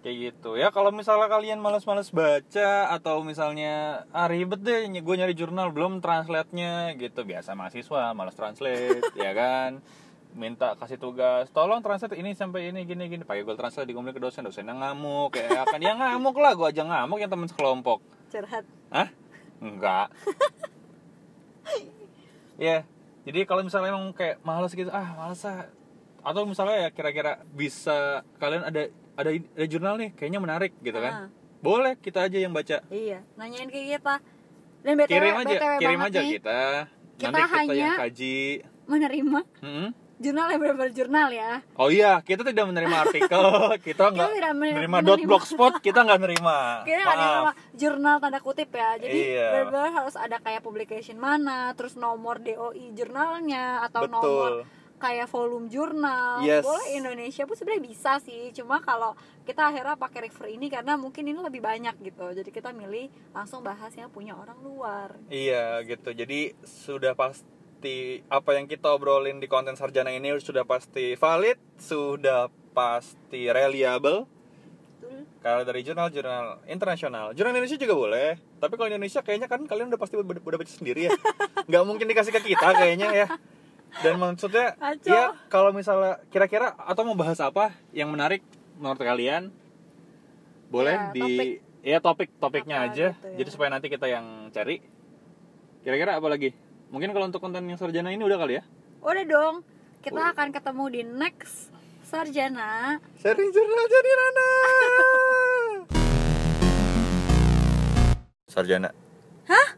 Speaker 3: Kayak gitu. Ya kalau misalnya kalian malas-malas baca atau misalnya ah ribet deh gue nyari jurnal belum translate-nya gitu. Biasa mahasiswa malas translate ya kan. Minta kasih tugas, tolong translate ini sampai ini gini gini. Pakai Google Translate digomblin ke dosen, dosennya ngamuk kayak akan ya ngamuk lah, gue aja ngamuk yang teman sekelompok.
Speaker 2: Curhat.
Speaker 3: Hah? Enggak. Ya, jadi kalau misalnya emang kayak males gitu, ah males ah. Atau misalnya ya kira-kira bisa kalian ada ada ada jurnal nih, kayaknya menarik gitu
Speaker 2: Ah.
Speaker 3: kan. Boleh kita aja yang baca.
Speaker 2: Iya, nanyain ke kita. Dan BTW,
Speaker 3: Kirim aja,
Speaker 2: BTW
Speaker 3: kirim
Speaker 2: banget
Speaker 3: aja
Speaker 2: nih,
Speaker 3: kita. Nanti
Speaker 2: Kita
Speaker 3: kita yang
Speaker 2: hanya-
Speaker 3: kaji.
Speaker 2: menerima
Speaker 3: Mm-mm.
Speaker 2: jurnal yang benar-benar jurnal ya.
Speaker 3: Oh iya, kita tidak menerima artikel, kita nggak
Speaker 2: tidak men-
Speaker 3: menerima, dot
Speaker 2: menerima.
Speaker 3: blogspot, kita nggak nerima.
Speaker 2: Kita nggak ada yang
Speaker 3: Maaf.
Speaker 2: nama jurnal tanda kutip ya. Jadi
Speaker 3: Iya.
Speaker 2: benar-benar harus ada kayak publication mana, terus nomor DOI jurnalnya atau
Speaker 3: Betul.
Speaker 2: nomor kayak volume jurnal.
Speaker 3: Yes.
Speaker 2: Boleh Indonesia pun sebenarnya bisa sih. Cuma kalau kita akhirnya pakai refer ini karena mungkin ini lebih banyak gitu. Jadi kita milih langsung bahas yang punya orang luar.
Speaker 3: Iya gitu. Jadi sudah pasti apa yang kita obrolin di konten sarjana ini sudah pasti valid, sudah pasti reliable.
Speaker 2: Betul.
Speaker 3: Kalau dari jurnal-jurnal internasional, jurnal Indonesia juga boleh. Tapi kalau Indonesia kayaknya kan kalian udah pasti udah, udah baca sendiri ya. Nggak mungkin dikasih ke kita kayaknya ya. Dan maksudnya
Speaker 2: Kacau.
Speaker 3: ya kalau misalnya kira-kira atau mau bahas apa yang menarik menurut kalian boleh
Speaker 2: Ya,
Speaker 3: di ya topik-topiknya
Speaker 2: Apa
Speaker 3: aja.
Speaker 2: gitu ya.
Speaker 3: Jadi supaya nanti kita yang cari. Kira-kira apa lagi? Mungkin kalau untuk konten yang sarjana ini udah kali ya?
Speaker 2: Udah dong, kita akan ketemu di next sarjana.
Speaker 3: Sharing jurnal jadi Rana.
Speaker 1: sarjana
Speaker 2: Hah?